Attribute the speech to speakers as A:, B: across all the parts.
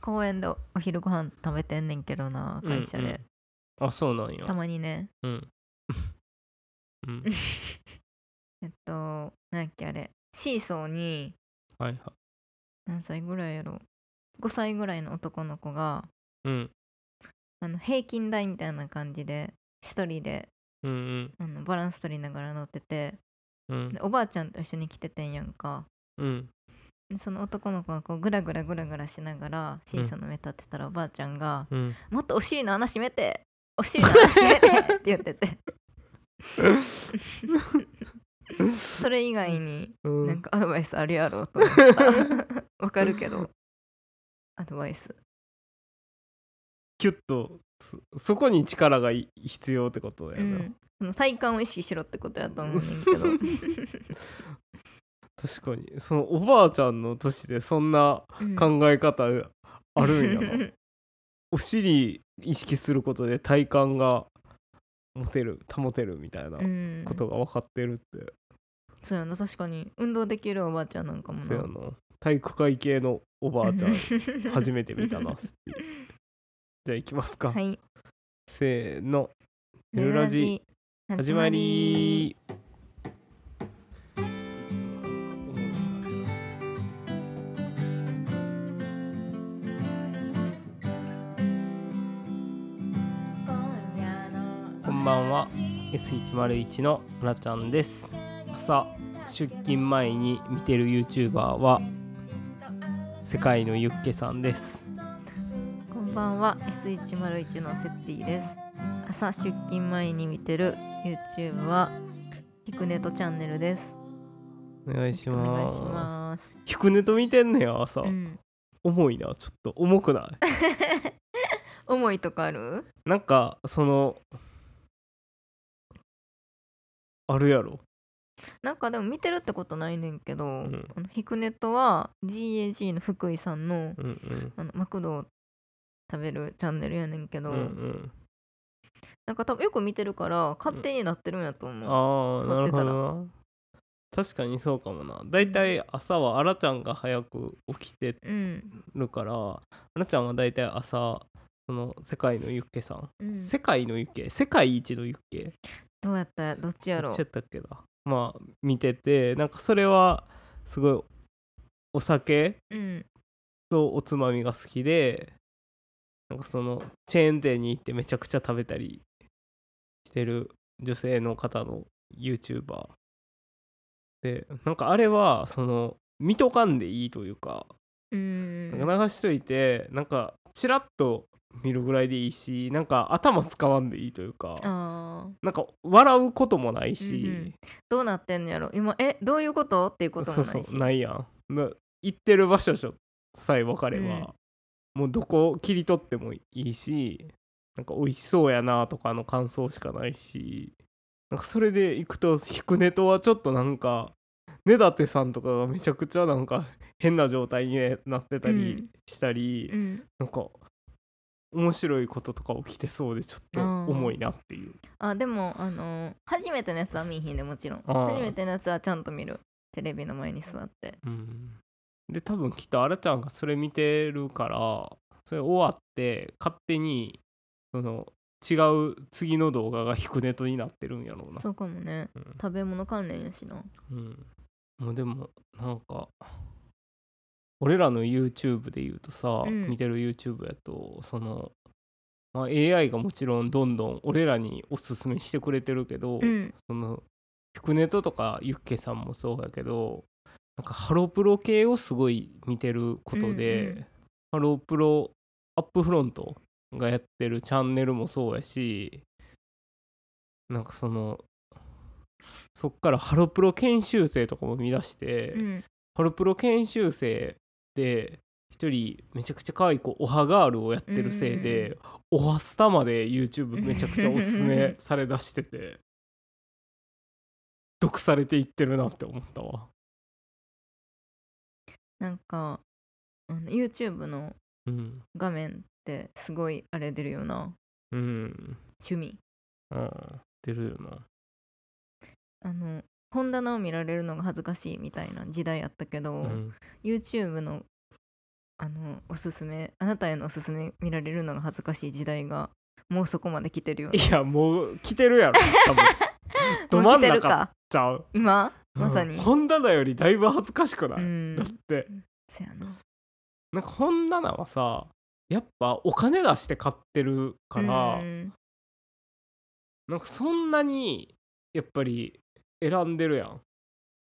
A: 公園でお昼ご飯食べてんねんけどな会社で、
B: うんうんあそうなんや
A: たまにね
B: うん、うん、
A: えっとなんやっけあれシーソーに
B: はいはい
A: 何歳ぐらいやろ5歳ぐらいの男の子が
B: うん
A: あの平均台みたいな感じで一人で
B: うんうん
A: あのバランス取りながら乗ってて
B: うん
A: でおばあちゃんと一緒に来ててんやんか
B: うん
A: でその男の子がこうグラグラグラグラしながらシーソーの上立ってたらおばあちゃんが
B: うん
A: 「もっとお尻の穴閉めてお尻の穴 閉めて!」って言っててそれ以外に
B: うん
A: なんかアドバイスあるやろうと思ったわかるけどアドバイス
B: キュッとそそこに力がい必要ってことだ
A: う
B: よね、
A: んその体幹を意識しろってことやと思うねんけど
B: 確かにそのおばあちゃんの年でそんな
A: うん
B: 考え方あるんやな、 お尻意識することで体幹が持てる保てるみたいな
A: うん
B: ことが分かってるって、
A: そうやな確かに運動できるおばあちゃんなんかも
B: そうや
A: な
B: な体育会系のおば あちゃん初めて見た
A: う
B: なんスッピーじゃあ行きますか、
A: はい
B: せーのゆるラジ始まりこんばんは S101 の村ちゃんです朝出勤前に見てる YouTuber は世界のユッケさんです
A: こんばんは S101 のセッティです朝出勤前に見てる YouTube はヒクネトチャンネルです
B: お願いし
A: お願
B: ま
A: い
B: す
A: します
B: ひくねと見てんねや朝、
A: うん
B: 重いなちょっと重くない
A: 思いとかある
B: なんかそのあるやろ
A: なんかでも見てるってことないねんけど、
B: ん
A: あのヒクネトは GAG の福井さんの
B: うんうん
A: あのマクドを食べるチャンネルやねんけど、
B: うんうん
A: なんか多分よく見てるから勝手になってるんやと思う、
B: ああな
A: 待っ
B: る
A: て
B: ほ
A: たら
B: どな確かにそうかもなだいたい朝はあらちゃんが早く起きて
A: うん
B: るからあらちゃんはだいたい朝その世界のユッケさん、
A: うん
B: 世界のユッケ世界一のユッケ
A: どうやったどっちや
B: ど
A: ろ
B: っ
A: う
B: ちやったっけなまあ見ててなんかそれはすごいお酒
A: うん
B: とおつまみが好きでなんかそのチェーン店に行ってめちゃくちゃ食べたりしてる女性の方の YouTuber でなんかあれはその見とかんでいいというか
A: うん
B: なんか流しといてなんかチラッと見るぐらいでいいしなんか頭使わんでいいというか
A: あー
B: なんか笑うこともないし、
A: うんうんどうなってんのやろ今えどういうことっていうこともないし
B: そうそうないやんな行ってる場所さえ分かれば、もうどこ切り取ってもいいしなんか美味しそうやなとかの感想しかないしなんかそれで行くとひくねとはちょっとなんか根立さんとかがめちゃくちゃなんか変な状態になってたりしたり、
A: うん、
B: なんか面白いこととか起きてそうでちょっと重いなっていう
A: あでもあのー初めてのやつは見えひんでもちろん
B: あー
A: 初めてのやつはちゃんと見るテレビの前に座って
B: うん、で多分きっとあらちゃんがそれ見てるからそれ終わって勝手にその違う次の動画がヒクネトになってるんやろうな
A: そうかもね
B: うん
A: 食べ物関連やしな
B: うん、もうでもなんか俺らの YouTube で言うとさ、
A: うん
B: 見てる YouTube やとその、まあ、AI がもちろんどんどん俺らにおすすめしてくれてるけど、
A: うん
B: そのピクネトとかユッケさんもそうやけどなんかハロプロ系をすごい見てることで、
A: うんうん
B: ハロプロアップフロントがやってるチャンネルもそうやしなんかそのそっからハロプロ研修生とかも見出して、
A: うん
B: ハロプロ研修生で一人めちゃくちゃ可愛い子オハガールをやってるせいで、オハスタまで YouTube めちゃくちゃおす すめされだしてて毒されていってるなって思ったわ
A: なんかあの YouTube の
B: うん
A: 画面ってすごいあれ出るよな
B: うん
A: 趣味
B: うん出るよな
A: あの本棚を見られるのが恥ずかしいみたいな時代あったけど、
B: うん
A: YouTube のあのおすすめあなたへのおすすめ見られるのが恥ずかしい時代がもうそこまで来てるよね
B: いやもう来てるやろ多 分ど
A: も
B: 真
A: うん来てる
B: 中
A: か
B: ちゃう
A: 今まさに
B: うん本棚よりだいぶ恥ずかしくな
A: う
B: い、
A: ん
B: だって
A: そやな
B: なんか本棚はさやっぱお金出して買ってるから、
A: うん
B: なんかそんなにやっぱり選んでるやん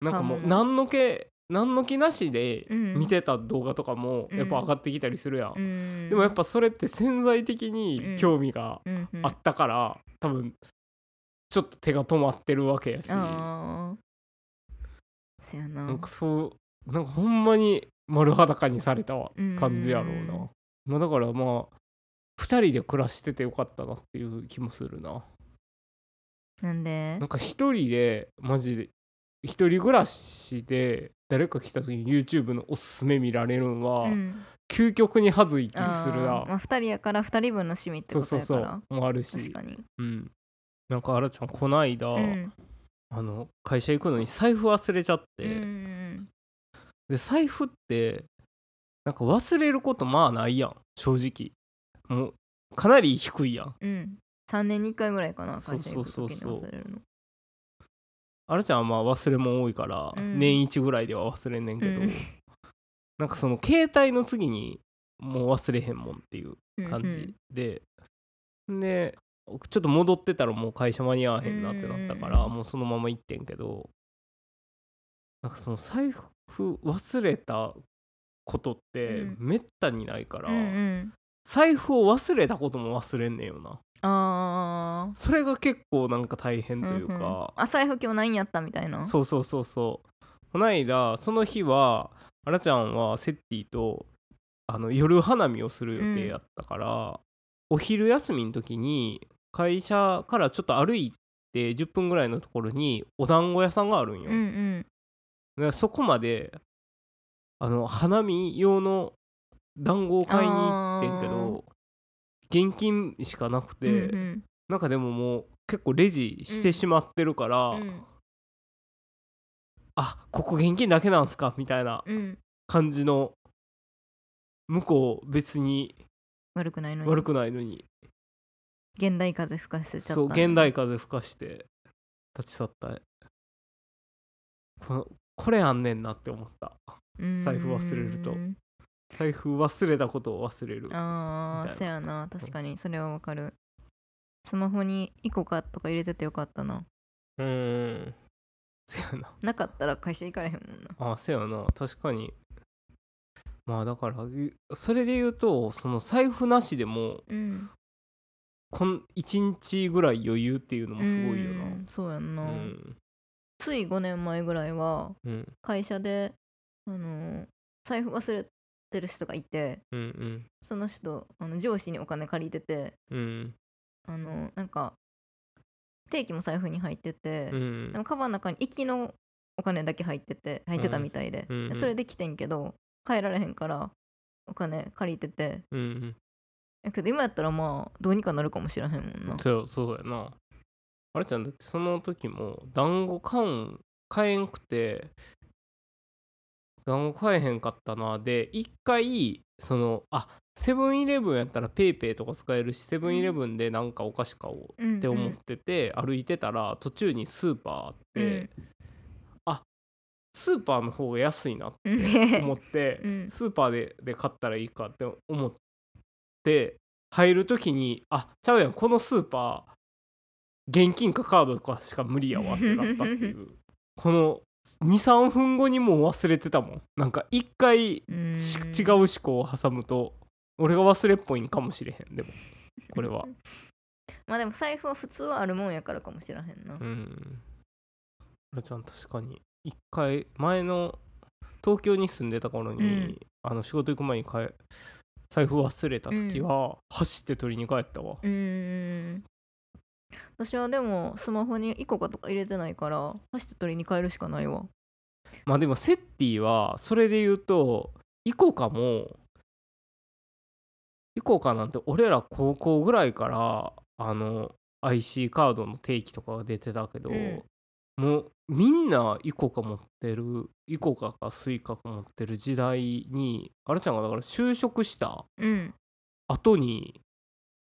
B: なんかも
A: 買うも
B: う
A: の
B: 何の気何の気なしで
A: うん
B: 見てた動画とかも
A: うん
B: やっぱ上がってきたりするやん、
A: うん
B: でもやっぱそれって潜在的に興味が
A: うんうん
B: あったから、多分ちょっと手が止まってるわけやし、
A: ああそやな
B: なんかそうなんかほんまに丸裸にされたわ
A: うん
B: 感じやろうな、まあ、だからまあ2人で暮らしててよかったなっていう気もするな
A: なんで
B: なんか一人でマジで一人暮らしで誰か来た時に YouTube のおすすめ見られるんは、
A: うん
B: 究極に恥ずい気す
A: あ
B: る
A: ーま
B: な
A: あ、2人やから2人分の趣味って
B: そう
A: こと
B: そう
A: やか
B: そ
A: ら
B: うもあるし
A: 確かに
B: うんなんかあらちゃんこないだ、
A: うん
B: あの会社行くのに財布忘れちゃって、
A: うん
B: で財布ってなんか忘れることまあないやん正直もうかなり低いやん
A: うんうん3年に1回ぐらいかな
B: そう
A: 会社行
B: そう
A: く
B: そう
A: 時に
B: そ
A: 忘
B: う
A: れるの
B: あらちゃんはまあ忘れ物多いから、
A: うん
B: 年一ぐらいでは忘れんねんけど、
A: うん
B: なんかその携帯の次にもう忘れへんもんっていう
A: うん
B: 感じで、でちょっと戻ってたらもう会社間に合わへんなってなったから、
A: うん
B: もうそのまま行ってんけどなんかその財布忘れたことって
A: うん
B: めったにないから、
A: うんうん
B: 財布を忘れたことも忘れんねんよな
A: ああ
B: それが結構なんか大変というか、
A: あ財布今日何やったみたいな
B: そうそうそうそうこないだその日はあらちゃんはセッティとあの夜花見をする予定やったから、お昼休みの時に会社からちょっと歩いて10分ぐらいのところにお団子屋さんがあるんよ、
A: うんうん
B: でそこまであの花見用の団子を買いに行ってんけど現金しかなくて、
A: うんうん
B: なんかでももう結構レジしてしまってるから、
A: うん
B: あここ現金だけなんすかみたいな
A: うん
B: 感じの向こう別に
A: 悪くないのに
B: 悪くないのに、
A: 現代風吹かせちゃった
B: そう現代風吹かして立ち去ったこのこれあんねんなって思った財布忘れると
A: うん
B: 財布忘れたことを忘れる
A: あ
B: み
A: あ
B: たいな
A: そやな確かにそれはわかるスマホに1個かとか入れててよかったな
B: うーんせやな
A: なかったら会社行かれへんもんな
B: あせやな確かにまあだからうそれで言うとその財布なしでも
A: うん
B: こん1日ぐらい余裕っていうのもすごいよな
A: うんそうやんな、
B: うん
A: つい5年前ぐらいは
B: うん
A: 会社であのー財布忘れてる人がいて
B: うん
A: その人あの上司にお金借りてて
B: うんうん
A: あのーなんか定期も財布に入ってて、
B: うん
A: でもカバンの中に行きのお金だけ入ってて入ってたみたいで,で、
B: うんうん
A: それで来てんけど帰られへんからお金借りてて
B: うん
A: やけど今やったらまあどうにかなるかもしれへんもん
B: う、
A: なん
B: そうそうやなあれちゃんだってその時も団子買うん買えんくて団子買えへんかったなで一回そのあセブンイレブンやったらペイペイとか使えるしセブンイレブンでなんかお菓子買おう
A: うんうん、
B: って思ってて歩いてたら途中にスーパーあって、あスーパーの方が安いなって
A: うん
B: 思って、
A: うん
B: スーパーでで買ったらいいかって思って入る時にあちゃうやんこのスーパー現金かカードかしか無理やわってなったって いうこの23分後にもう忘れてたもんなんか一回
A: うん
B: し違う思考を挟むと俺が忘れっぽいんかもしれへんでもこれは
A: まあでも財布は普通はあるもんやからかもしれへんな
B: う。んあらちゃん確かに一回前の東京に住んでた頃に、
A: うん
B: あの仕事行く前に買え財布忘れた時は、走って取りに帰ったわ
A: うーん。私はでもスマホにイコカとか入れてないから走って取りに帰るしかないわ。
B: まあでもセッティはそれで言うとイコカもイコカなんて俺ら高校ぐらいからあの IC カードの定期とかが出てたけど、
A: うん
B: もうみんなイコカ持ってるイコカかスイカか持ってる時代にあれちゃんがだから就職した
A: うん
B: 後に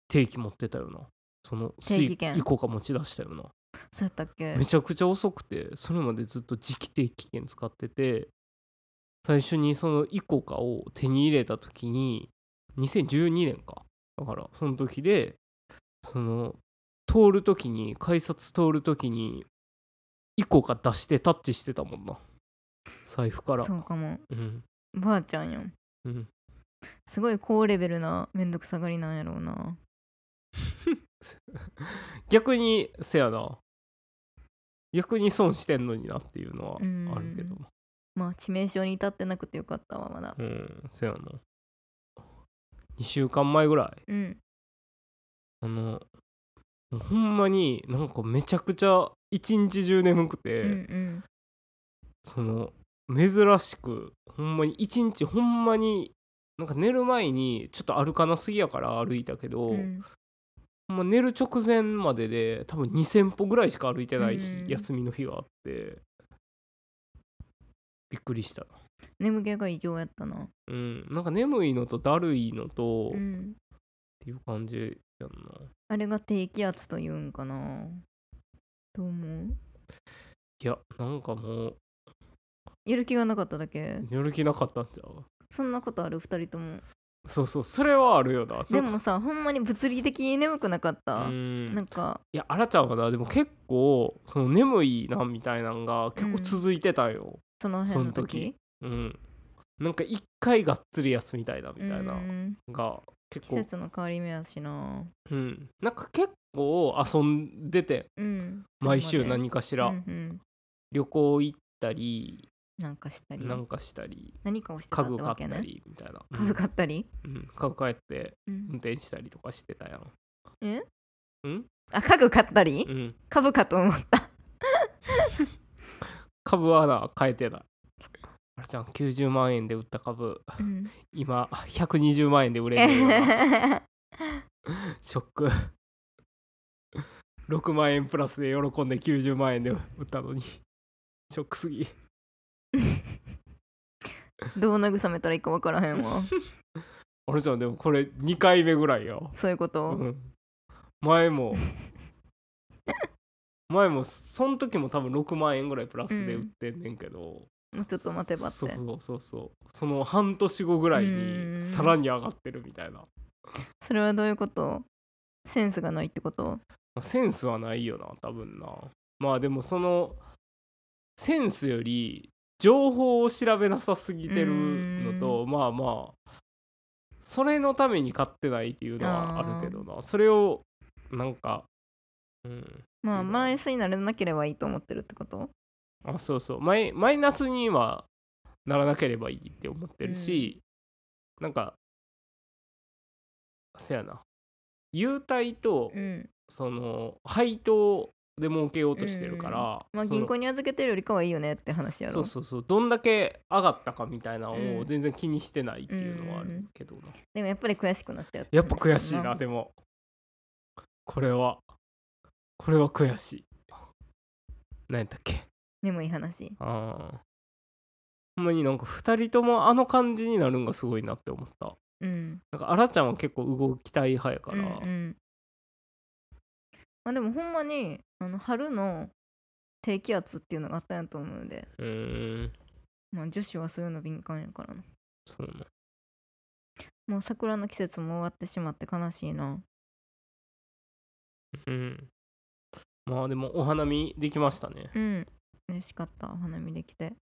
B: 定期持ってたよなそのス
A: 定期
B: イ
A: 券
B: イコカ持ち出したよな
A: そうやったっけ
B: めちゃくちゃ遅くてそれまでずっと時期定期券使ってて最初にそのイコカを手に入れた時に2012年かだからその時でその通る時に改札通る時にイコカ出してタッチしてたもんな財布から
A: そうかも
B: うん
A: ばあちゃんやん
B: うん
A: すごい高レベルなめんどくさがりなんやろうな
B: 逆にせやな逆に損してんのになっていうのはあるけど
A: まあ致命傷に至ってなくてよかったわまだ
B: うんせやな2週間前ぐらい
A: うん
B: あのもうほんまになんかめちゃくちゃ一日中眠くて、
A: うんうん
B: その珍しくほんまに一日ほんまになんか寝る前にちょっと歩かなすぎやから歩いたけど、
A: うん
B: ほんま寝る直前までで多分2,000歩ぐらいしか歩いてない日、
A: うん
B: 休みの日があってびっくりした
A: 眠気が異常やったな
B: うんなんか眠いのとだるいのと、
A: う
B: っ
A: ん
B: ていう感じやんな
A: あれが低気圧というんかなと思う
B: いやなんかもう
A: やる気がなかっただけ
B: 寝る気なかったんちゃう
A: そんなことある2人とも
B: そうそうそれはあるよな
A: でもさほんまに物理的に眠くなかっ
B: う
A: た、
B: ん
A: なんか
B: いやあらちゃんはなでも結構その眠いなみたいなのが結構続いてたよ
A: その辺の時
B: うん、なんか一回がっつり休みたいなみたいな
A: う
B: の
A: ん
B: が結
A: 季
B: 構
A: 節の変わり目やしな
B: うんなんか結構遊んでて
A: うん
B: 毎週
A: それまで
B: 何かしら
A: うんうん
B: 旅行行ったり
A: なんかしたり
B: なんかしたり
A: 何かをしてたっ
B: 家
A: て
B: 具買
A: わ
B: っ
A: け
B: た
A: ね
B: りみたいな
A: 家具買ったり、
B: うんうん家具買って
A: うん
B: 運転したりとかしてたやん
A: え
B: うん
A: あ家具買ったり、
B: うん
A: 株かと思った
B: 株はな変えてないあらちゃん90万円で売った株
A: うん
B: 今120万円で売れるようなショック6万円プラスで喜んで90万円で売ったのにショックすぎ
A: どう慰めたらいいか分からへん わ
B: 俺ちゃんでもこれ2回目ぐらいよ、
A: そういうこと、
B: うん前も前もその時も多分6万円ぐらいプラスで売ってんねんけど、
A: もうちょっと待てばって
B: そうそうそうそうその半年後ぐらいうに
A: ん
B: さらに上がってるみたいな、ま
A: それはどういうことセンスがないってこと
B: あセンスはないよな多分なまあでもそのセンスより情報を調べなさすぎてるのとまあまあそれのために買ってないっていうのはあるけどなそれをなんかうん
A: ま
B: う
A: あ
B: ん
A: マイナスになれなければいいと思ってるってこと
B: あそうそうマイマイナスにはならなければいいって思ってるし、なんかせやな優待と、
A: うん
B: その配当で儲けようとしてるから、
A: まあ
B: その
A: 銀行に預けてるよりかはいいよねって話や
B: そ
A: ろ
B: うそうそうどんだけ上がったかみたいなの
A: う
B: を
A: ん
B: 全然気にしてないっていうのはあ
A: うんうんうん
B: るけどな、
A: でもやっぱり悔しくなっちゃうて
B: やっぱ悔し
A: 話
B: い
A: や
B: な
A: な
B: でもこれはこれは悔しい何やったっけ
A: 眠い話
B: ああ。ほんまになんか2人ともあの感じになるんがすごいなって思った。
A: うん
B: なんかあらちゃんは結構動きたい派やから。
A: うんうんまあでもほんまにあの春の低気圧っていうのがあったんやと思うんで、
B: うーん。
A: まあ、女子はそういうの敏感やからな
B: そうね。
A: もう桜の季節も終わってしまって悲しいな
B: うん。まあでもお花見できましたね。
A: うん嬉しかったお花見できて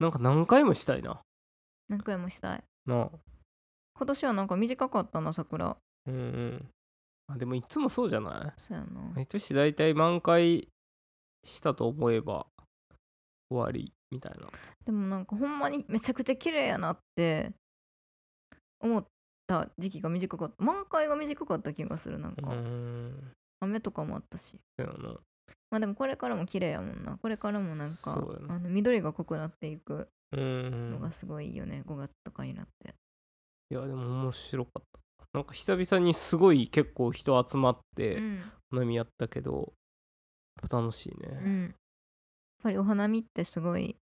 B: なんか何回もしたいな。
A: 何回もしたい
B: なあ。
A: 今年はなんか短かったな桜
B: うんうん。あでもいつもそうじゃない
A: そうやな、
B: 毎年大体満開したと思えば終わりみたいな。
A: でもなんかほんまにめちゃくちゃ綺麗やなって思った時期が短かった満開が短かった気がするなん
B: う
A: か、
B: ーん。
A: 雨とかもあったし
B: そうやな。
A: まあでもこれからも綺麗やもんなこれからもなんか
B: そうやな
A: あの緑が濃くなっていく
B: う
A: の
B: ん。
A: がすごいいいよね、5月とかになって
B: いやでも面白かったなんか久々にすごい結構人集まって
A: うん
B: 花見やったけど、ぱ楽しいうね。
A: ん、やっぱりお花見ってすごい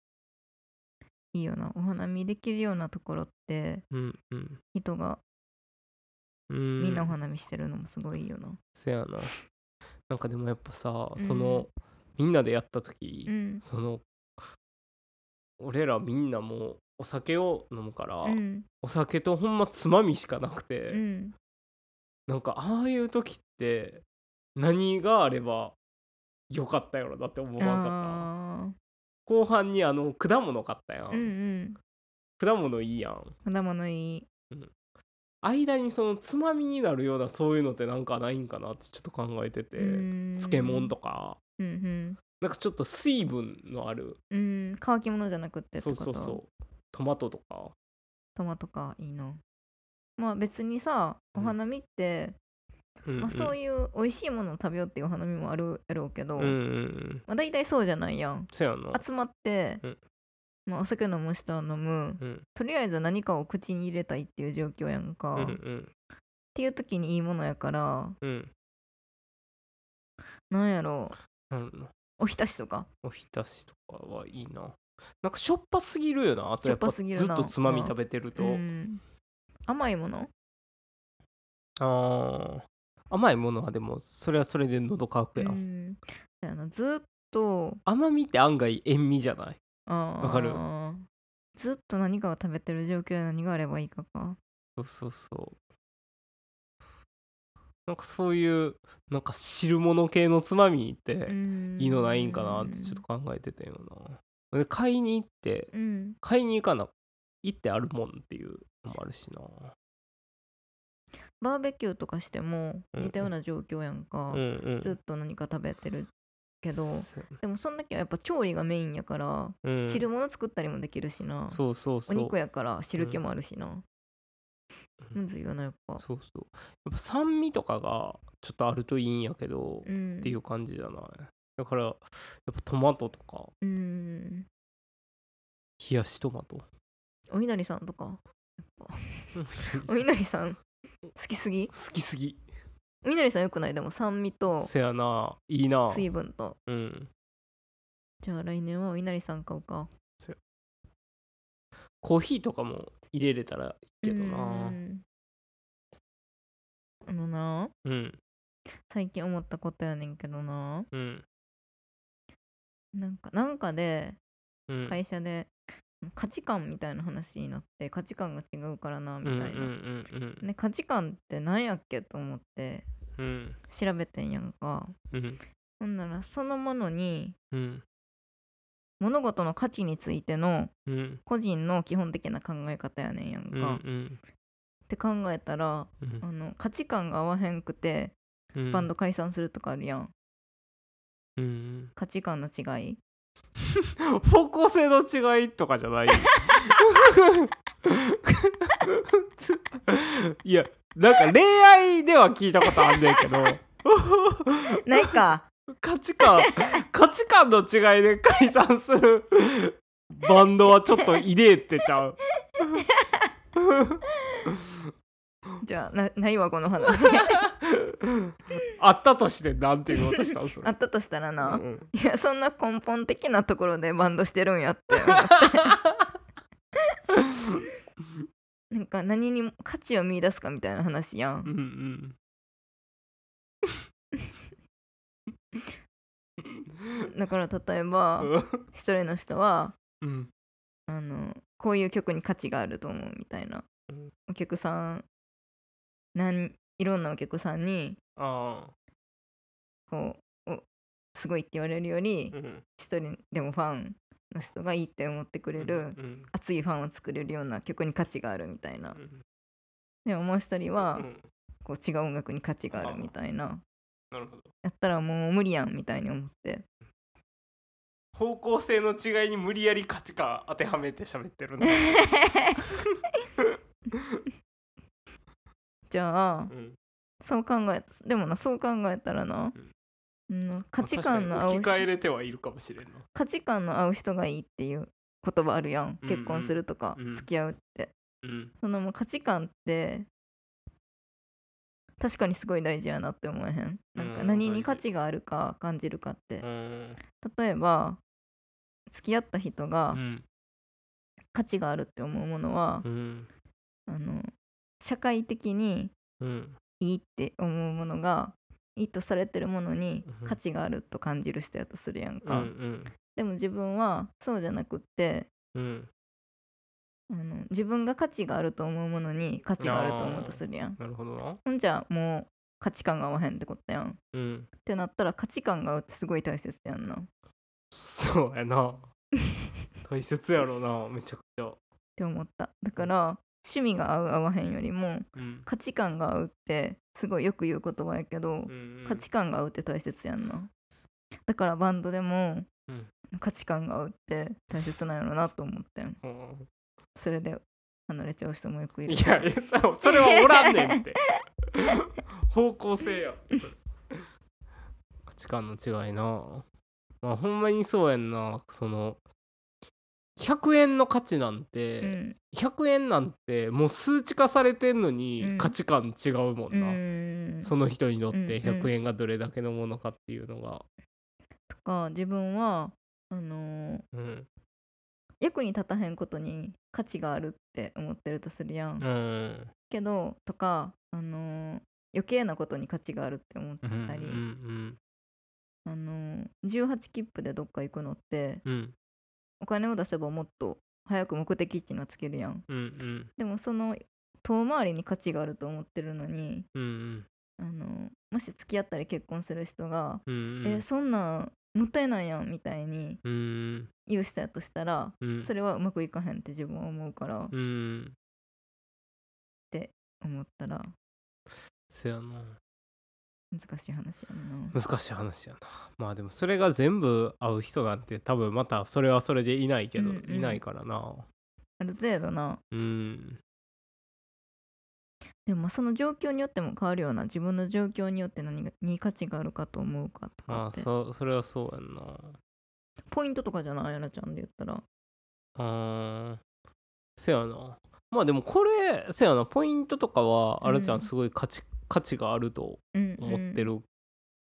A: いいよなお花見できるようなところって
B: うんうん。
A: 人が
B: うん、
A: みんなお花見してるのもすごいいいよな、
B: せやな。なんかでもやっぱさ、
A: うん
B: そのみんなでやった時、
A: うん
B: その俺らみんなもうお酒を飲むから、
A: うん
B: お酒とほんまつまみしかなくて、
A: うん
B: なんかああいう時って何があればよかったやろだって思わんかった
A: あ
B: 後半にあの果物買ったやん、
A: ーうんうん
B: 果物いいやん
A: 果物いい
B: 間にそのつまみになるようなそういうのってなんかないんかなってちょっと考えてて、漬
A: 漬
B: 物とか
A: うん
B: なんかちょっと水分のある
A: うんうん乾き物じゃなくってって
B: そ
A: こと
B: うそうそうトマトとか
A: トマトかいいなまあ別にさお
B: うん
A: 花見って、まあ、そう
B: い
A: いう美味しいものを食べようっていうお花見もあるやろうけど、
B: うんうんうん
A: まあ、大体そうじゃないやん
B: そうやな
A: 集まって、
B: うん
A: まあ、お酒飲む人は飲む
B: うん
A: とりあえず何かを口に入れたいっていう状況やんか、
B: うんう
A: っ
B: ん
A: ていう時にいいものやから
B: うん
A: なんやろう
B: なるほど
A: おひたしとか
B: おひたしとかはいいななんかしょっぱすぎるよなあとやっ
A: しょっぱ
B: ぱ
A: す
B: ず
A: ぎる
B: っ
A: な
B: とつまみ食べてると、
A: うん甘いもの
B: あー甘いものはでもそれはそれで喉乾くやん、
A: うんあのずっと
B: 甘みって案外塩味じゃない
A: わ
B: わかる
A: ずっと何かを食べてる状況で何があればいいかか
B: そうそうそうなんかそういうなんか汁物系のつまみってい
A: い
B: いのないんかなってちょっと考えてたよなで買いに行って
A: うん
B: 買いに行かな行ってあるもんっていうのもあるしな
A: バーベキューとかしても
B: うん
A: 似たような状況やんか、
B: うんうん
A: ずっと何か食べてるけど
B: そう
A: でもその時はやっぱ調理がメインやから、
B: うん
A: 汁物作ったりもできるしな
B: そうそうそ
A: お
B: う
A: 肉やから汁気もあるしな、
B: うん
A: むずいよなやっぱ
B: そうそうやっぱ酸味とかがちょっとあるといいんやけど、
A: うん
B: っていう感じじゃないだからやっぱトマトとか
A: うん
B: 冷やしトマト
A: お稲荷さんとか お
B: 好
A: 稲荷さん好きすぎ
B: きすぎ
A: お稲荷さんよくないでも酸味と
B: せやないいな
A: 水分と
B: うん
A: じゃあ来年はお稲荷さん買おうか
B: コーヒーとかも入れれたらいいけどな
A: うんあのな
B: うん
A: 最近思ったことやねんけどな
B: うん
A: なんかなんかで
B: うん
A: 会社で価値観みたいな話になって価値観が違うからなみ
B: うんうん
A: たいな、
B: うん
A: で価値観って何やっけと思って
B: うんうん
A: 調べてんやんか
B: うん
A: ほんならそのものに
B: うん
A: 物事の価値についての
B: うん
A: 個人の基本的な考え方やねんやんか、
B: うん
A: っ
B: うん
A: て考えたら
B: うん
A: あの価値観が合わへんくて
B: うん
A: バンド解散するとかあるやん、
B: うんうん
A: 価値観の違い
B: 方向性の違いとかじゃない いやなんか恋愛では聞いたことあんねんけど
A: ないか
B: 価値観価値観の違いで解散するバンドはちょっと異例ってちゃう
A: じゃあなないわこの 話
B: あったとしてなんて言おうとしたんす
A: あったとしたらな、
B: うん
A: いやそんな根本的なところでバンドしてるんやって思って なんか何にも価値を見出すかみたいな話や
B: うんんうん
A: だから例えば一人の人は
B: うん
A: あのこういう曲に価値があると思うみたいな
B: うん
A: お客さんなんいろんなお客さんに
B: あ
A: こうおすごいって言われるより
B: ーうん
A: 一人でもファンの人がいいって思ってくれる、
B: うん
A: 熱いファンを作れるような曲に価値があるみたいな
B: うん
A: でももう一人は
B: うん
A: こう違う音楽に価値があるみたいな
B: なるほど
A: やったらもう無理やんみたいに思 って
B: 方向性の違いに無理やり価値観当てはめて喋っ てるな、
A: じゃあ
B: うん
A: そう考えでもなそう考えたらな、うん、価値観の
B: まあ
A: 合う
B: 確かに置き換え
A: 人
B: れてはいるかもしれんな
A: 価値観の合う人がいいっていう言葉あるやん
B: うん
A: 結婚するとか
B: うん
A: 付き合うって、
B: うん
A: そのもう価値観って確かにすごい大事やなって思えへんなんか
B: うん
A: 何に
B: 大事
A: 価値があるか感じるかって
B: うん
A: 例えば付き合った人
B: う
A: が
B: ん
A: 価値があるって思うものは
B: うん
A: あの社会的に
B: うん
A: いいって思うものがいいとされてるものに
B: うん
A: 価値があると感じる人やとするやん
B: う
A: か、
B: ん
A: でも自分はそうじゃなくって
B: うん
A: あの自分が価値があると思うものに価値があると思うとするやん
B: なるほどな
A: ほんじゃもう価値観が合わへんってことやんっ
B: うん
A: てなったら価値観が合うってすごい大切やんなっ
B: そうやな大切やろなめちゃくちゃ
A: て思っただから趣味が合う合わへんよりも
B: うん
A: 価値観が合うってすごいよく言う言葉やけど、
B: うん
A: 価値観が合うって大切やんなだからバンドでも、
B: うん
A: 価値観が合うって大切なんやろなと思ってん
B: うん
A: それで離れちゃう人もよくいる
B: いやいやさそれはおらんねんって方向性やってそれ価値観の違いなまあほんまにそうやんなその100円の価値なんて、
A: うん
B: 100円なんてもう数値化されてんの
A: うん
B: に価値観違うも
A: うん
B: な、
A: ん
B: その人にとっ
A: うんうん
B: て100円がどれだけのものかっていうのが、
A: とか自分はあのー
B: うん
A: 役に立たへんことに価値があるって思ってるとするやん、
B: うん、
A: けどとかあのー余計なことに価値があるって思って
B: う
A: た
B: ん
A: り、
B: うん
A: あのー18切符でどっか行くのって
B: うん
A: お金を出せばもっと早く目的地にはつけるやん
B: うんうん
A: でもその遠回りに価値があると思ってるのに
B: うんうん
A: あのもし付き合ったり結婚する人が
B: うん
A: 「
B: うん
A: えそんなんもったいないやん」みたいに
B: うん
A: 言う人やとしたら
B: うん
A: それはうまくいかへんって自分は思うから
B: うん
A: 思ったら
B: そやな
A: 難しい話やんな。
B: 難しい話やなまあでもそれが全部合う人なんて多分またそれはそれでいないけど、
A: うんうん
B: いないからな
A: ある程度な
B: うん
A: でもまあその状況によっても変わるような自分の状況によって何がに価値があるかと思うかとか
B: ま
A: っ
B: あ
A: て
B: そそれはそうやんな
A: ポイントとかじゃないあやなちゃんで言ったら
B: あーせやなまあでもこれせやなポイントとかはあらちゃ
A: うん
B: んすごい価値,、価値があると
A: うんうん
B: 思ってる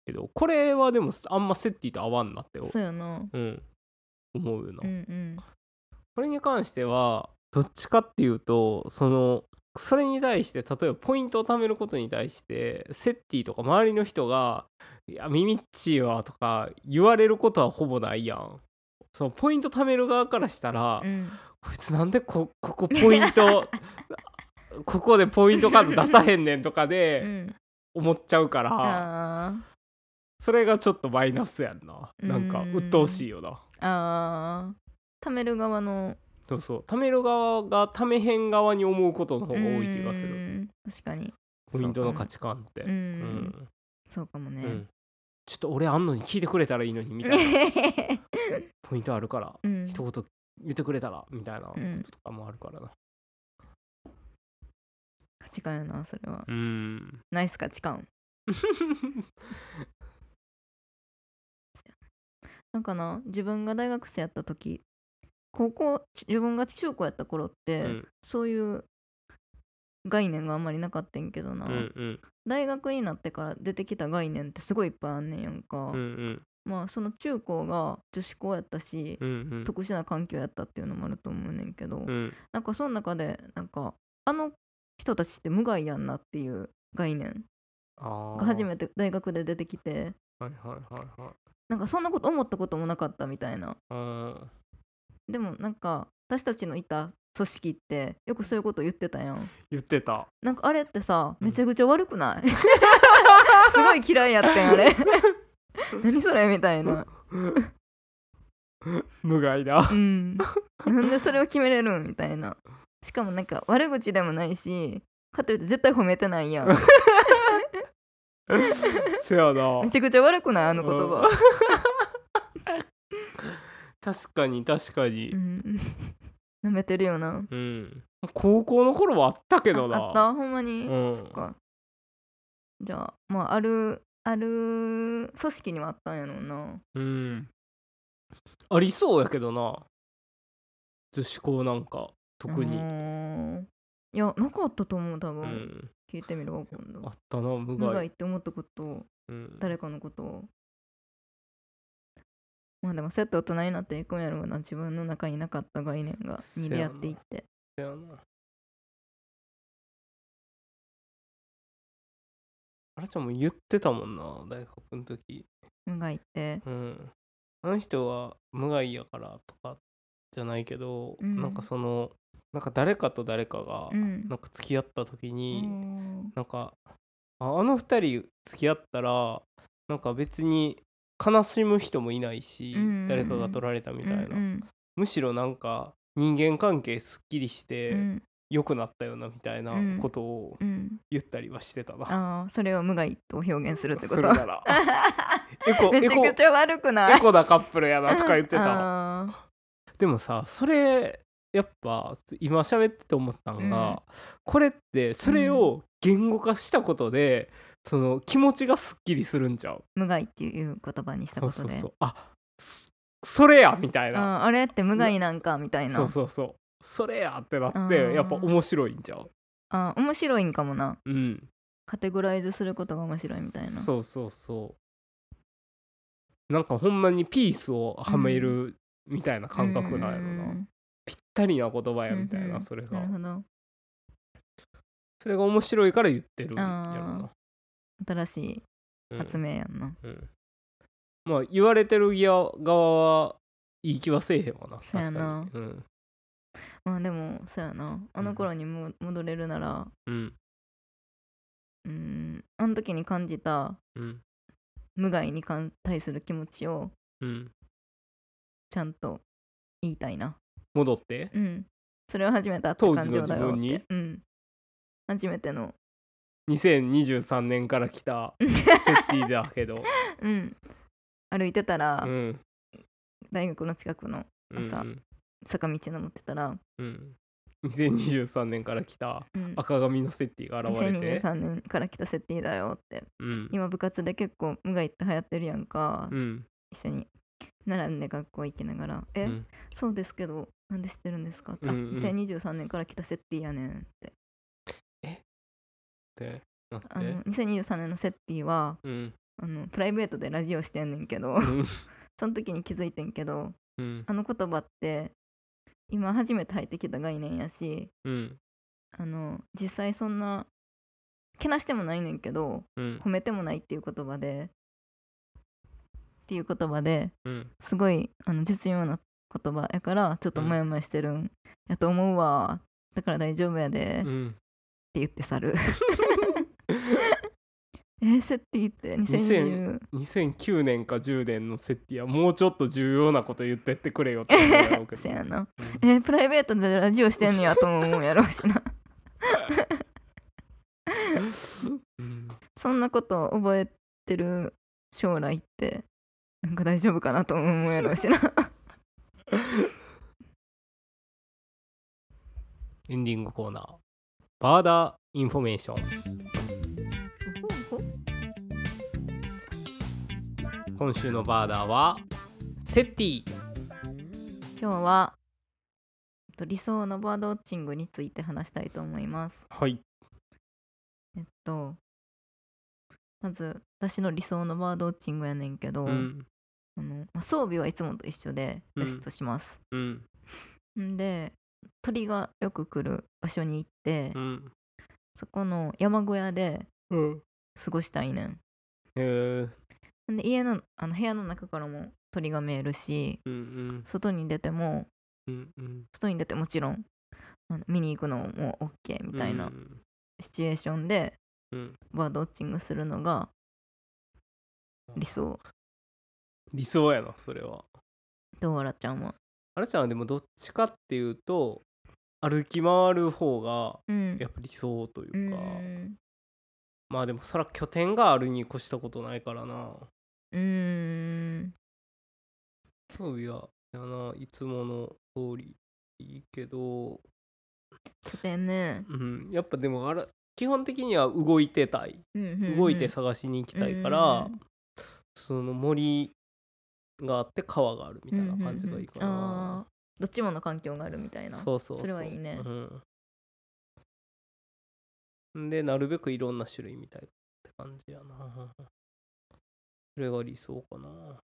B: けど、これはでもあんまセッティと合わんなって
A: そうやな
B: うん、思うよな、
A: うんうん
B: これに関してはどっちかっていうとそのそれに対して例えばポイントを貯めることに対してセッティとか周りの人が「いやミミッチーは」とか言われることはほぼないやん。そのポイント貯める側からしたら、
A: うん
B: こいつなんでこここポイン トここでポイントカード出さへんねんとか
A: う
B: で
A: ん
B: 思っちゃうから、
A: あー
B: それがちょっとマイナスやんななんか
A: うん
B: 鬱陶しいよな
A: あー貯める側の
B: そうそう貯める側が貯めへん側に思うことの方が多い気がす
A: う
B: る
A: ん確かに
B: ポイントの価値観って
A: うん、
B: うん
A: そうかもね、
B: うんちょっと俺あんのに聞いてくれたらいいのにみたいなポイントあるから
A: うん
B: 一言言ってくれたらみたいなこととかもあるからな
A: 価値観やなそれは
B: うん
A: ナイス価値観なんかな自分が大学生やった時高校自分が中高やった頃って、
B: うん
A: そういう概念があんまりなかったんけどな、
B: うんうん
A: 大学になってから出てきた概念ってすごいいっぱいあんねんやんか、
B: うんうん
A: まあその中高が女子校やったし、
B: うんうん
A: 特殊な環境やったっていうのもあると思うねんけど、
B: うん
A: なんかその中でなんかあの人たちって無害やんなっていう概念
B: あ
A: が
B: あ
A: 初めて大学で出てきて
B: はいはいはいはい
A: なんかそんなこと思ったこともなかったみたいな
B: うん
A: でもなんか私たちのいた組織ってよくそういうこと言ってたやん
B: 言ってた
A: なんかあれってさ
B: うん
A: めちゃくちゃ悪くない すごい嫌いやってんあれ何それみたいな
B: 無 害だ
A: うんなんでそれを決めれるんみたいなしかもなんか悪口でもないしかといって絶対褒めてないやん
B: せやな
A: めちゃくちゃ悪くないあの言葉
B: 確かに確かに
A: うん舐めてるよな
B: うん高校の頃はあったけどな
A: ああったほんまに、
B: うん
A: そっかじゃあまああるある組織にはあったんやろうな
B: うんありそうやけどな女子校なんか特
A: う
B: に
A: ーんいやなかったと思う多
B: う
A: 分、
B: ん
A: 聞いてみるわ今
B: あ
A: 度
B: ったな無
A: 無害
B: 害
A: って思ったことを
B: うん、
A: 誰かのことをまあでもそうやって大人になっていくんやろうな自分の中になかった概念が
B: せ
A: に
B: やな
A: 出会っていって
B: だよなあれちゃんも言ってたもんな大学の時
A: 無害って
B: うんあの人は無害やからとかじゃないけど、
A: うん
B: なんかそのなんか誰かと誰かが
A: うん
B: なんか付き合った時に、
A: うん
B: なんかああの二人付き合ったらなんか別に悲しむ人もいないし、
A: うんうんうん
B: 誰かが取られたみたいな、
A: うん
B: むしろなんか人間関係すっきりし
A: う
B: て
A: ん
B: 良くなったよなみたいな
A: うん
B: ことを
A: うん
B: 言ったりはしてたな。
A: ああそれを無害と表現するってこ
B: す
A: と
B: る ならエコ
A: め
B: エ
A: ちゃ
B: コ
A: くちゃ悪くな
B: エ
A: い
B: コなカップルやなとか言ってた。
A: あ
B: でもさそれやっぱ今喋ってて思ったのが、これってそれを言語化したことで、その気持ちがすっきりするんちゃう
A: ー無害っていう言葉にした
B: そう
A: こ
B: そ
A: と
B: う
A: で
B: そうあそそれやみたい
A: あ
B: な
A: ーあれって無害なんかみたいな
B: そうそうそうそれやってな
A: あ
B: って
A: ー
B: やっぱ面白いんちゃう
A: あー面白いんかもな
B: うん
A: カテゴライズすることが面白いみたいな
B: そうそうそうなんかほんまにピースをはめるみたいな感覚なんやろな、
A: うん
B: ぴったりな言葉やみたいな、
A: うんうん
B: それが
A: なるほど
B: それが面白いから言ってるんやろな
A: あ、新しい
B: うん
A: 発明やんな、
B: うんまあ言われてる側はいい気はせえへんわな確
A: そ
B: か
A: や
B: に
A: な
B: うん
A: まあでもそうやなあの頃にも戻れるなら
B: うん
A: うーんあの時に感じた
B: うん
A: 無害に関対する気持ちを
B: うん
A: ちゃんと言いたいな
B: 戻って
A: うんそれを初めてあった感情
B: 当時
A: だ
B: の
A: よっ
B: 自分に
A: てうん初めての
B: 2023年から来たセッティだけど、
A: うん歩いてたら、
B: うん、
A: 大学の近くの朝
B: うん
A: 坂道登ってたら、
B: うん、2023年から来た
A: うん、
B: 赤髪のセッティが現れて、
A: 2023年から来たセッティだよって
B: うん
A: 今部活で結構無害って流行ってるやんか、
B: うん
A: 一緒に並んで学校行きながら「え、
B: うん、
A: そうですけどなんで知ってるんですか?」って、
B: うんうん
A: あ2023年から来たセッティやねん」って
B: でなっ
A: あ
B: て
A: の2023年のセッティは
B: うん
A: あのプライベートでラジオしてんねんけど
B: うん
A: その時に気づいてんけど
B: うん
A: あの言葉って今初めて入ってきた概念やし
B: うん
A: あの実際そんなけなしてもないねんけど
B: うん
A: 褒めてもないっていう言葉でっていう言葉で
B: うん
A: すごいあの絶妙な言葉やからちょっとモヤモヤしてるんやと思うわだから大丈夫やで、
B: う
A: って
B: ん
A: 言って去 るえセッティって2020
B: 2009年か10年のセッティはもうちょっと重要なこと言ってってくれよって思うやろうけど
A: せやな
B: うん
A: えプライベートでラジオしてんのやとも思うやろうしな
B: うん
A: そんなことを覚えてる将来ってなんか大丈夫かなとも思うやろうし な
B: エンディングコーナーバーダーインフォメーション今週のバーダーはセッティ
A: 今日はえっと理想のバードウォッチングについて話したいと思います
B: はい
A: えっとまず私の理想のバードウォッチングやねんけど、
B: うん
A: あのまあ装備はいつもと一緒で
B: うん
A: よしとします、
B: うん
A: んで鳥がよく来る場所に行って、
B: うん
A: そこの山小屋で
B: うん
A: 過ごしたいね
B: へえ
A: んんで家のあの部屋の中からも鳥が見えるし
B: うんうん
A: 外に出ても
B: うんうん
A: 外に出てもちろんあの見に行くのも OK みたいな
B: うん
A: シチュエーションで
B: うん
A: バードウォッチングするのが理想
B: 理想やなそれは
A: どうあらちゃんは
B: あれちゃんはでもどっちかっていうと歩き回る方が
A: うん
B: やっぱ理想といううか、
A: ん
B: まあでもそら拠点があるに越したことないからな
A: うん
B: 興味はやないつもの通りいいけど
A: 拠点ね
B: うんやっぱでもあら基本的には動いてたい
A: うんうんうん
B: 動いて探しに行きたいから、
A: うん
B: その森があって川があるみたいな感じがいいかな、
A: うんうんうんあーどっちもの環境があるみたいな
B: そうそうう
A: それはいいね
B: うんんで、なるべくいろんな種類みたいって感じやな。それが理想かな。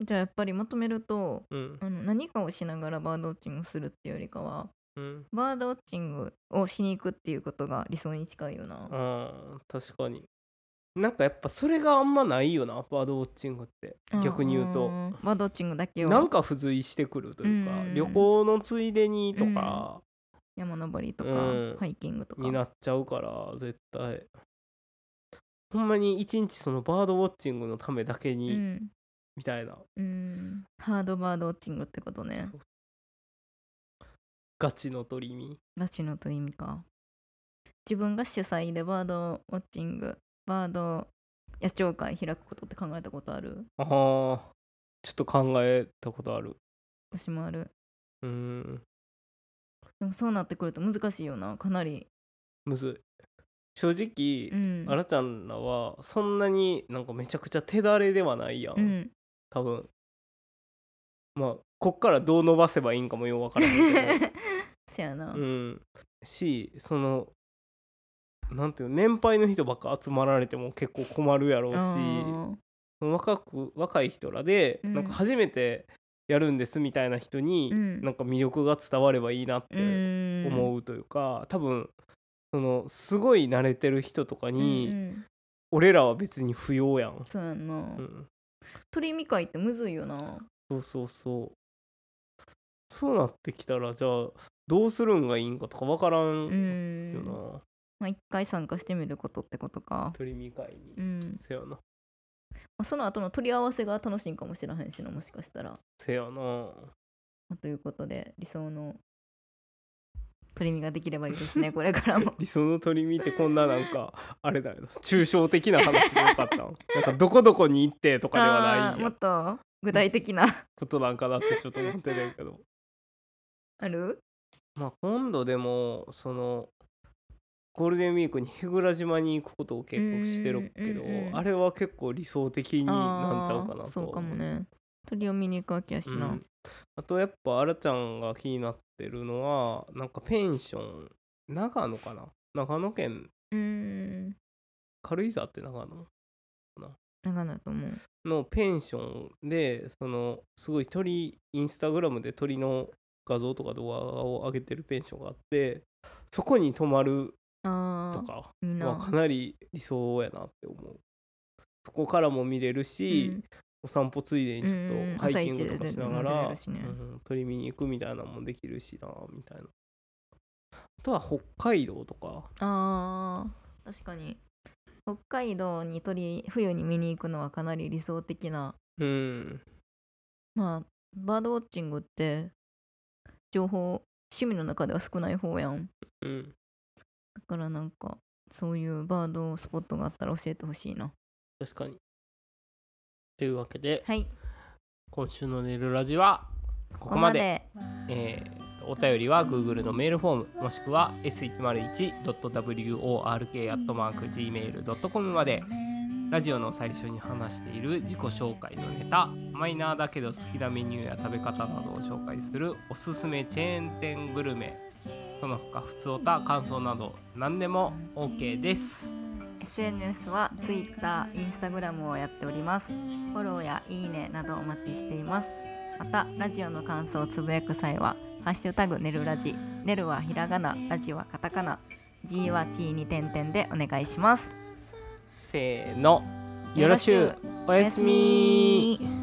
A: じゃあやっぱりまとめると
B: うん。
A: あの何かをしながらバードウォッチングするっていうよりかは
B: うん。
A: バードウォッチングをしに行くっていうことが理想に近いよな。
B: ああ、確かに。なんかやっぱそれがあんまないよな、バードウォッチングって。逆に言うと。
A: んバードウォッチングだけ
B: なん
A: を
B: か付随してくるというか、
A: うん
B: 旅行のついでにとか
A: 山登りとか、
B: うん
A: ハイキングとか。
B: になっちゃうから、絶対。ほんまに一日そのバードウォッチングのためだけ
A: う
B: に、
A: ん
B: みたいな。
A: うん、ハードバードウォッチングってことね
B: そうガチの鳥見。
A: ガチのと意味か自分が主催でバードウォッチングバード野鳥会開くことって考えたことある
B: ああ、ちょっと考えたことある。
A: 私もある
B: うーん、
A: でもそうなってくると難しいよなかなり
B: むずい。正直、
A: うん
B: あらちゃんらはそんなになんかめちゃくちゃ手だれではないやん、
A: うん
B: 多分。まあ、こっからどう伸ばせばいいんかもようわからん け
A: せやな、
B: ど。うん。し、その、なんていうの年配の人ばっか集まられても結構困るやろうし。
A: あ
B: 若く若い人らで、
A: うん
B: なんか初めてやるんですみたいな人に、
A: うん
B: なんか魅力が伝わればいいなっ
A: ー
B: て
A: うん
B: 思うというか、多分そのすごい慣れてる人とかに、
A: うんうん
B: 俺らは別に不要やん、
A: そうやんな、
B: うん、
A: 鳥見会ってむずいよな
B: そうそうそうそうなってきたらじゃあどうするんがいいんかとかわから
A: うんん
B: よな、
A: まあ一回参加してみることってことか
B: 鳥見会に、
A: うん、
B: せやな
A: まあ、その後の取り合わせが楽しいんかもしれへんしなもしかしたら
B: せやな
A: まあということで理想の取り身ができればいいです ねこれからも
B: 理想の鳥見ってこんななんかあれだよな抽象的な話でよかっ たのなんかどこどこに行ってとかでは
A: あ
B: な
A: ー
B: い
A: もっと具体的な
B: ことなんかなってちょっと思ってないけど
A: ある
B: まあ今度でもそのゴールデンウィークに日暮島に行くことを計画してるけど
A: うんうんうん
B: あれは結構理想的になんちゃうか
A: あー
B: なと
A: そうかもね鳥を見に行くわけやし
B: う
A: な、
B: んあとやっぱあらちゃんが気になってるのはなんかペンション長野かな長野県
A: うーん
B: 軽井沢って長野
A: 長野だと思う
B: のペンションでそのすごい鳥インスタグラムで鳥の画像とか動画を上げてるペンションがあってそこに泊まると
A: あ
B: か
A: あいいな
B: はかなり理想やなって思うそこからも見れるし、
A: うん
B: お散歩ついでにちょ
A: うんうん
B: っとハイキングとかしながら、
A: 朝一でね
B: うん鳥見に行くみたいなのもできるしなみたいなあとは北海道とか
A: あー確かに北海道に鳥冬に見に行くのはかなり理想的な
B: うん
A: まあバードウォッチングって情報趣味の中では少ない方やん
B: うん
A: だからなんかそういうバードスポットがあったら教えてほしいな
B: 確かにというわけで
A: はい
B: 今週の「寝るラジ」はここまでえーお便りは Google のメールフォームもしくは s101.work.gmail.com までラジオの最初に話している自己紹介のネタマイナーだけど好きなメニューや食べ方などを紹介するおすすめチェーン店グルメその他普通おた感想など何でも OK です
A: SNS は Twitter、Instagram をやっておりますフォローやいいねなどお待ちしていますまたラジオの感想をつぶやく際は「ハッシュタグねるラジ」「ねる」はひらがなラジはカタカナ G はチーに点々でお願いします
B: せーのよろしゅうおやすみ
A: おやすみ